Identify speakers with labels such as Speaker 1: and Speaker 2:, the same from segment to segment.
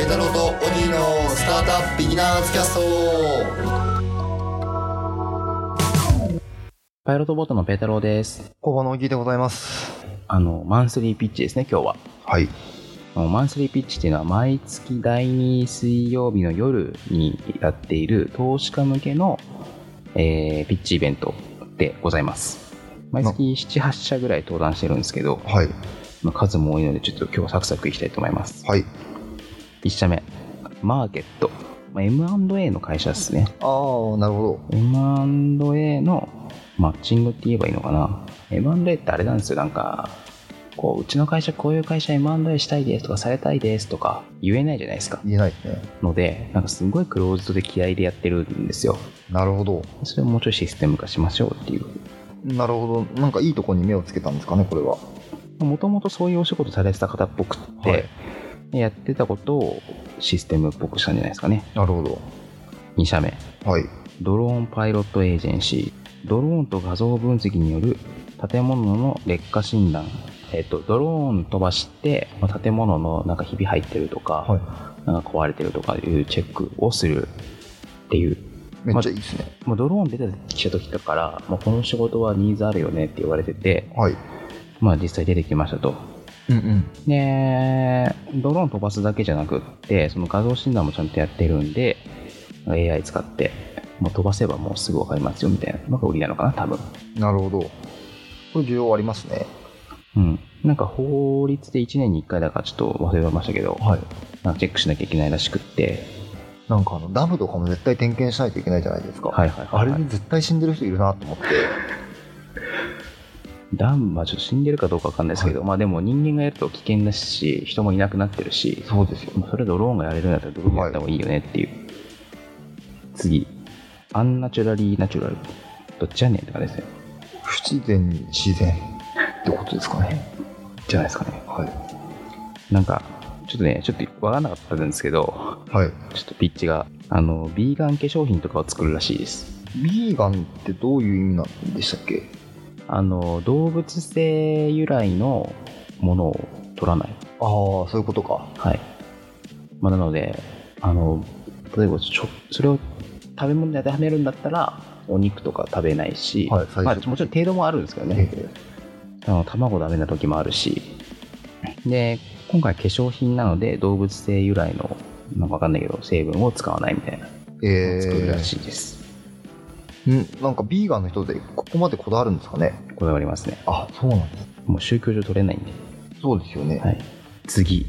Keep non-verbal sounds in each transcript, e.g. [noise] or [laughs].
Speaker 1: イ太郎とオギーのスタートアップビギナーズキャスト
Speaker 2: パイロットボートのペータローです。
Speaker 3: 工場のオギーでございます。
Speaker 2: あの、マンスリーピッチですね、今日は。
Speaker 3: はい。
Speaker 2: あのマンスリーピッチっていうのは、毎月第2水曜日の夜にやっている投資家向けの、えーピッチイベントでございます。毎月7、8社ぐらい登壇してるんですけど、
Speaker 3: はい。
Speaker 2: まあ数も多いので、ちょっと今日はサクサクいきたいと思います。
Speaker 3: はい。
Speaker 2: 1社目、マーケット。まあ M&A の会社ですね。
Speaker 3: ああ、なるほ
Speaker 2: M&A のマッチングって言えばいいのかな M&A ってあれなんですよなんかこううちの会社こういう会社 M&A したいですとかされたいですとか言えないじゃないですか
Speaker 3: ど。言えないですね。
Speaker 2: のでなんかすごいクローズドで気合でやってるんですよ
Speaker 3: なるほど。
Speaker 2: それをもうちょいシステム化しましょうっていう
Speaker 3: なるほど。なんかいいとこに目をつけたんですかね、これは。
Speaker 2: もともとそういうお仕事されてた方っぽくって、
Speaker 3: はい
Speaker 2: やってたことをシステムっぽくしたんじゃないですかね
Speaker 3: なるほど。
Speaker 2: 2社目
Speaker 3: はい。
Speaker 2: ドローンパイロットエージェンシードローンと画像分析による建物の劣化診断えっと、ドローン飛ばして、まあ建物のなんかひび入ってるとか、
Speaker 3: は
Speaker 2: なんか壊れてるとかいうチェックをするっていう、
Speaker 3: い。めっちゃいいですね。
Speaker 2: もうドローン出てきた時だから、まあ、この仕事はニーズあるよねって言われてて、
Speaker 3: はい。
Speaker 2: まあ、実際出てきましたと
Speaker 3: うんうん。
Speaker 2: で、ドローン飛ばすだけじゃなくって、その画像診断もちゃんとやってるんで、AI 使って、もう飛ばせばもうすぐわかりますよみたいなのが売りなのかな、多分。
Speaker 3: なるほど。これ需要ありますね。
Speaker 2: うん。なんか法律で1年に1回だからちょっと忘れましたけど、
Speaker 3: はい。
Speaker 2: なんかチェックしなきゃいけないらしくって、
Speaker 3: なんかあの、ダムとかも絶対点検しないといけないじゃないですか。
Speaker 2: はいはいは
Speaker 3: あ
Speaker 2: い、
Speaker 3: れ
Speaker 2: はい
Speaker 3: に。絶対死んでる人いるなと思って。
Speaker 2: ダンはちょっと死んでるかどうかわかんないですけど、まあでも人間がやると危険だし、人もいなくなってるし、
Speaker 3: そうですよ
Speaker 2: まあそれドローンがやれるんだったらドローンやった方がいいよねっていう、次アンナチュラリーナチュラルどっちやねんって感じですね
Speaker 3: 不自然に自然ってことですかね。
Speaker 2: じゃないですかね
Speaker 3: はい。
Speaker 2: なんかちょっとねちょっと分かんなかったんですけど
Speaker 3: はい。
Speaker 2: ちょっとピッチがあのビーガン化粧品とかを作るらしいです
Speaker 3: ビーガンってどういう意味なんでしたっけ
Speaker 2: あの動物性由来のものを取らない
Speaker 3: ああ、そういうことか。
Speaker 2: はい、まあ、なのであの例えばちょそれを食べ物に当てはめるんだったらお肉とか食べないし、
Speaker 3: はい最初
Speaker 2: まあ、もちろん程度もあるんですけどね、
Speaker 3: え
Speaker 2: あの卵ダメな時もあるしで今回化粧品なので動物性由来のなんかわかんないけど成分を使わないみたいな
Speaker 3: え
Speaker 2: のを作るらし
Speaker 3: ー
Speaker 2: いです、
Speaker 3: んなんかビーガンの人でここまでこだわるんですかね
Speaker 2: こだわりますね
Speaker 3: あそうなんです
Speaker 2: もう宗教上取れないんで、
Speaker 3: そうですよね
Speaker 2: はい、次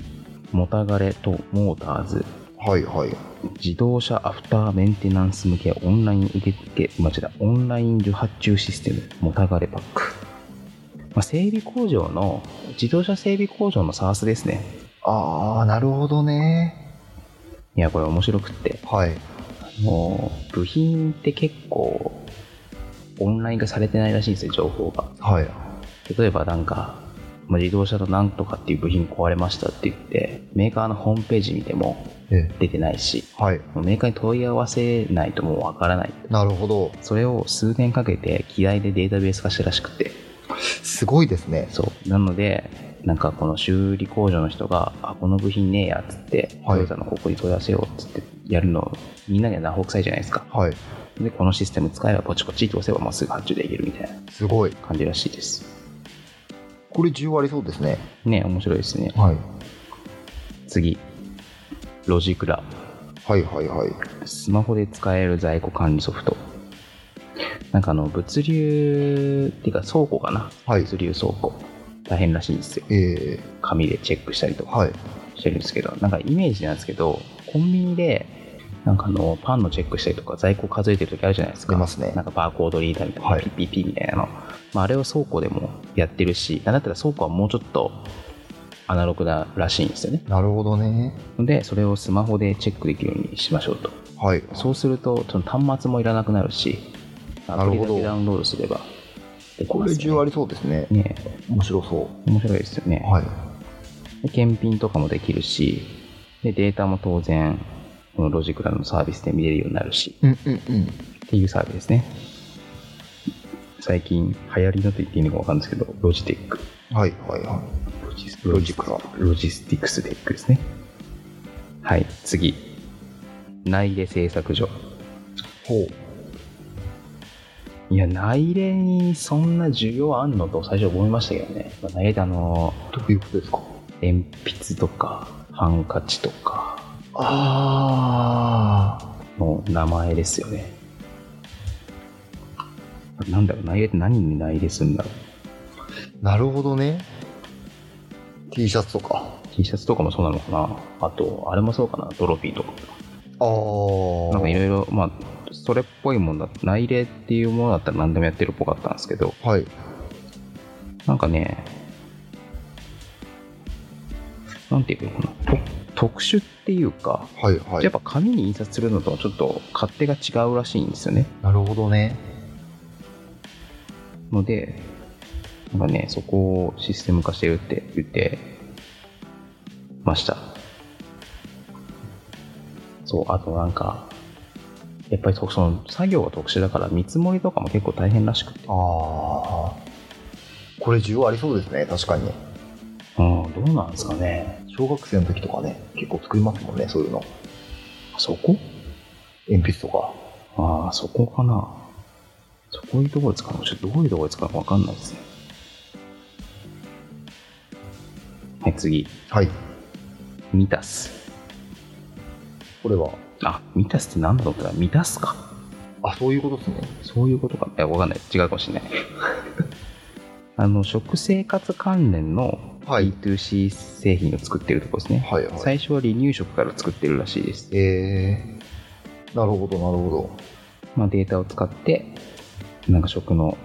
Speaker 2: モタガレとモーターズ
Speaker 3: はいはい
Speaker 2: 自動車アフターメンテナンス向けオンライン受付間違えたオンライン受発注システムモタガレパック、まあ、整備工場の自動車整備工場の s a ス s ですね
Speaker 3: ああなるほどね
Speaker 2: いやこれ面白くって
Speaker 3: はい
Speaker 2: もう部品って結構オンライン化されてないらしいんですよ情報が
Speaker 3: はい
Speaker 2: 例えばなんかまあ自動車のなんとかっていう部品壊れましたって言ってメーカーのホームページ見ても
Speaker 3: え
Speaker 2: 出てないし
Speaker 3: はい
Speaker 2: メーカーに問い合わせないともうわからない
Speaker 3: なるほど
Speaker 2: それを数年かけて機合でデータベース化したらしくて
Speaker 3: すごいですね
Speaker 2: そうなのでなんかこの修理工場の人が「あこの部品ねえや」っつって、
Speaker 3: はい
Speaker 2: トヨタのここに問い合わせようっつってやるのみんなにはナホ臭いじゃないですか
Speaker 3: はい
Speaker 2: でこのシステム使えばポチポチって押せばもうすぐ発注できるみたいな
Speaker 3: すごい
Speaker 2: 感じらしいです
Speaker 3: これ10割そうですね
Speaker 2: ね面白いですね
Speaker 3: はい
Speaker 2: 次ロジクラ
Speaker 3: はいはいはい
Speaker 2: スマホで使える在庫管理ソフトなんかあの物流っていうか倉庫かな、
Speaker 3: はい
Speaker 2: 物流倉庫大変らしいんですよ
Speaker 3: え
Speaker 2: 紙でチェックしたりと
Speaker 3: ー、
Speaker 2: か
Speaker 3: はい
Speaker 2: してるんですけどなんかイメージなんですけどコンビニでなんかあのパンのチェックしたりとか在庫数えてる時あるじゃないですか
Speaker 3: 出ますね
Speaker 2: なんかバーコードリーダーみたいな、
Speaker 3: はい
Speaker 2: ピッピッピッみたいなの、まあ、あれを倉庫でもやってるしなんだったら倉庫はもうちょっとアナログならしいんですよね
Speaker 3: なるほどね
Speaker 2: でそれをスマホでチェックできるようにしましょうと
Speaker 3: はい
Speaker 2: そうするとその端末もいらなくなるしアプリだ
Speaker 3: なるほ
Speaker 2: け
Speaker 3: ど
Speaker 2: ダウンロードすればでき
Speaker 3: こ
Speaker 2: ま
Speaker 3: れ
Speaker 2: す
Speaker 3: 10
Speaker 2: よ
Speaker 3: 割そうですね
Speaker 2: ねね
Speaker 3: 面白そ
Speaker 2: 面白いですよね、
Speaker 3: うはい
Speaker 2: で検品とかもできるしでデータも当然このロジクラのサービスで見れるようになるし
Speaker 3: うんうんうん
Speaker 2: っていうサービスですね最近流行りだと言っていいのか分かんないですけどロジテック
Speaker 3: はいはいは
Speaker 2: ロジ
Speaker 3: いロジクラ
Speaker 2: ロジスティクステックですねはい、次。内入れ製作所。
Speaker 3: ほう。
Speaker 2: いや、内入れにそんな需要あんのと最初思いましたけどね。まあ内入れってあの、
Speaker 3: どういうことですか
Speaker 2: 鉛筆とか、ハンカチとか
Speaker 3: あ
Speaker 2: の名前ですよね。なんだろう、内入れって何に内入れするんだろ
Speaker 3: あ、なるほどね。T シャツとか。
Speaker 2: う。T シャツとかもそうなのかなあと、あれもそうかな、トロフィーとか。
Speaker 3: あ
Speaker 2: なんかい
Speaker 3: あ。
Speaker 2: ろいろ、まあ、それっぽいもんだ。内入れっていうものだったら何でもやってるっぽかったんですけど、
Speaker 3: はい。
Speaker 2: なんかね、なんていうのかな、と特殊っていうか、
Speaker 3: はいは
Speaker 2: やっぱ紙に印刷するのとはちょっと勝手が違うらしいんですよね。
Speaker 3: なるほどね。
Speaker 2: ので、なんかね、そこをシステム化してるって言ってました。そう、あとなんか、やっぱりそその作業が特殊だから見積もりとかも結構大変らしくて、
Speaker 3: ああ。これ需要ありそうですね、確かに。
Speaker 2: うん、どうなんですかね。
Speaker 3: 小学生の時とかね、結構作りますもんね、そういうの。
Speaker 2: そこ
Speaker 3: 鉛筆とか。
Speaker 2: ああ、そこかな。そこいうところ使うのちょっとどういうところ使うのかわかんないですね。はい、次。
Speaker 3: はい。
Speaker 2: 満たす。
Speaker 3: これは。
Speaker 2: あ、満たすって何だろうって言ったら満たすか。
Speaker 3: あ、そういうことですね。
Speaker 2: そういうことか。いや、わかんない。違うかもし
Speaker 3: [laughs]
Speaker 2: れない。あの、食生活関連の
Speaker 3: はい
Speaker 2: B2C 製品を作ってるところですね。
Speaker 3: はいはい。
Speaker 2: 最初は離乳食から作ってるらしいです。
Speaker 3: えー、なるほど、なるほど。
Speaker 2: まあ、データを使って、なんか食の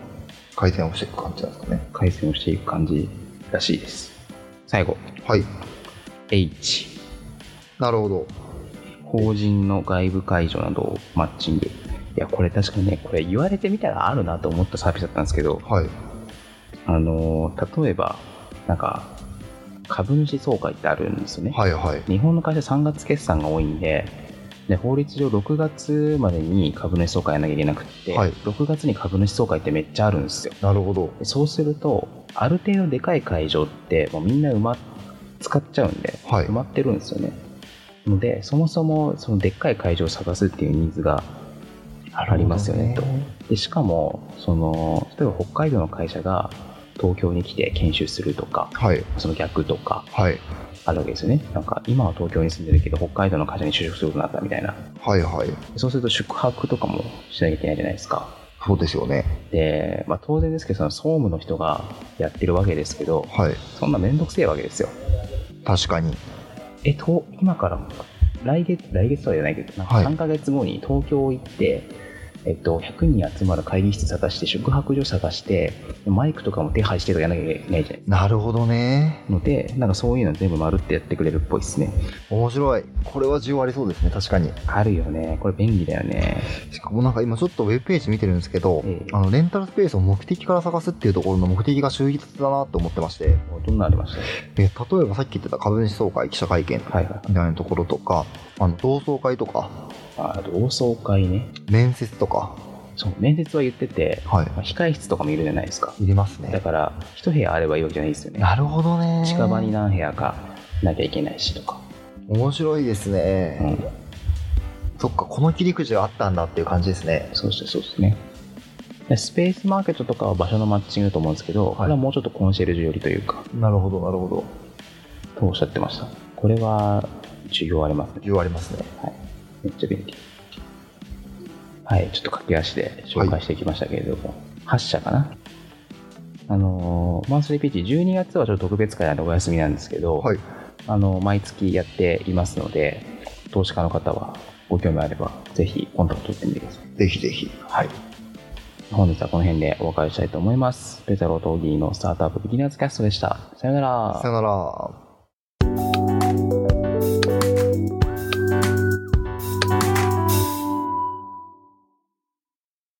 Speaker 3: 回転をしていく感じなんですかね。
Speaker 2: 改善をしていく感じらしいです。最後、
Speaker 3: はい。
Speaker 2: H。
Speaker 3: なるほど。
Speaker 2: 法人の外部解除などをマッチング。いや、これ確かにね、これ言われてみたらあるなと思ったサービスだったんですけど、
Speaker 3: はい。
Speaker 2: あのー例えば、なんか、株主総会ってあるんですよね。
Speaker 3: はいはい。
Speaker 2: 日本の会社3月決算が多いんで、で法律上6月までに株主総会やらなきゃいけなくって、
Speaker 3: はい
Speaker 2: 6月に株主総会ってめっちゃあるんですよ。
Speaker 3: なるほど。
Speaker 2: でそうすると、ある程度でかい会場って、もうみんな埋まっ、使っちゃうんで、
Speaker 3: はい
Speaker 2: 埋。まってるんですよね。ので、そもそもそのでっかい会場を探すっていうニーズがありますよねと。でしかもその、例えば北海道の会社が東京に来て研修するとか、
Speaker 3: はい。
Speaker 2: その逆とか
Speaker 3: はい。
Speaker 2: あるわけですよね。なんか今は東京に住んでるけど、北海道の会社に就職することになったみたいな。
Speaker 3: はいはい。
Speaker 2: そうすると宿泊とかもしなきゃいけないじゃないですか。
Speaker 3: そうですよね。
Speaker 2: で、まあ、当然ですけど、その総務の人がやってるわけですけど、
Speaker 3: はい。
Speaker 2: そんな面倒くせえわけですよ。
Speaker 3: 確かに。
Speaker 2: えと今から来月来月とは言わないけど、なんか
Speaker 3: はい
Speaker 2: 3ヶ月後に東京行って、えっと、100人集まる会議室探して宿泊所探してマイクとかも手配してとかやらなきゃいけないじゃない
Speaker 3: なるほどね。
Speaker 2: のでなんかそういうの全部まるってやってくれるっぽいですね
Speaker 3: 面白い。これは需要ありそうですね、確かに。
Speaker 2: あるよねこれ便利だよね
Speaker 3: しかもなんか今ちょっとウェブページ見てるんですけど、
Speaker 2: ええ
Speaker 3: あのレンタルスペースを目的から探すっていうところの目的が秀逸だなと思ってまして、
Speaker 2: どんなのありました
Speaker 3: え例えばさっき言ってた株主総会、記者会見
Speaker 2: はいはい
Speaker 3: みたいなところとか、あの同窓会とか、
Speaker 2: あ同窓会ね
Speaker 3: 面接とか、
Speaker 2: そう面接は言ってて、
Speaker 3: はい。
Speaker 2: まあ、控室とかもいるじゃないですか
Speaker 3: いります
Speaker 2: だ
Speaker 3: ね。
Speaker 2: から一部屋あればいいわけじゃないですよね
Speaker 3: なるほどね。
Speaker 2: 近場に何部屋かなきゃいけないしとか、
Speaker 3: 面白いですね。
Speaker 2: うん、
Speaker 3: そっか、この切り口があったんだっていう感じですね。
Speaker 2: そうですね、そうですね。でスペースマーケットとかは場所のマッチングだと思うんですけど、これはもうちょっとコンシェルジュ寄りというか、
Speaker 3: なるほど、なるほど。
Speaker 2: とおっしゃってました。これは、需要ありますね。
Speaker 3: 需要ありますね。
Speaker 2: はい。めっちゃ便利。はい、ちょっと駆け足で紹介していきましたけれども、8社かな。あのーマンスリーピーチ、12月はちょっと特別会なんでお休みなんですけど、
Speaker 3: はい。
Speaker 2: あの毎月やっていますので、投資家の方はご興味あれば、ぜひコンタクト取ってみてください。
Speaker 3: ぜひぜひ。
Speaker 2: はい。本日はこの辺でお別れしたいと思います。ペタローとオギーのスタートアップビギナーズキャストでした。さよなら
Speaker 3: さよなら。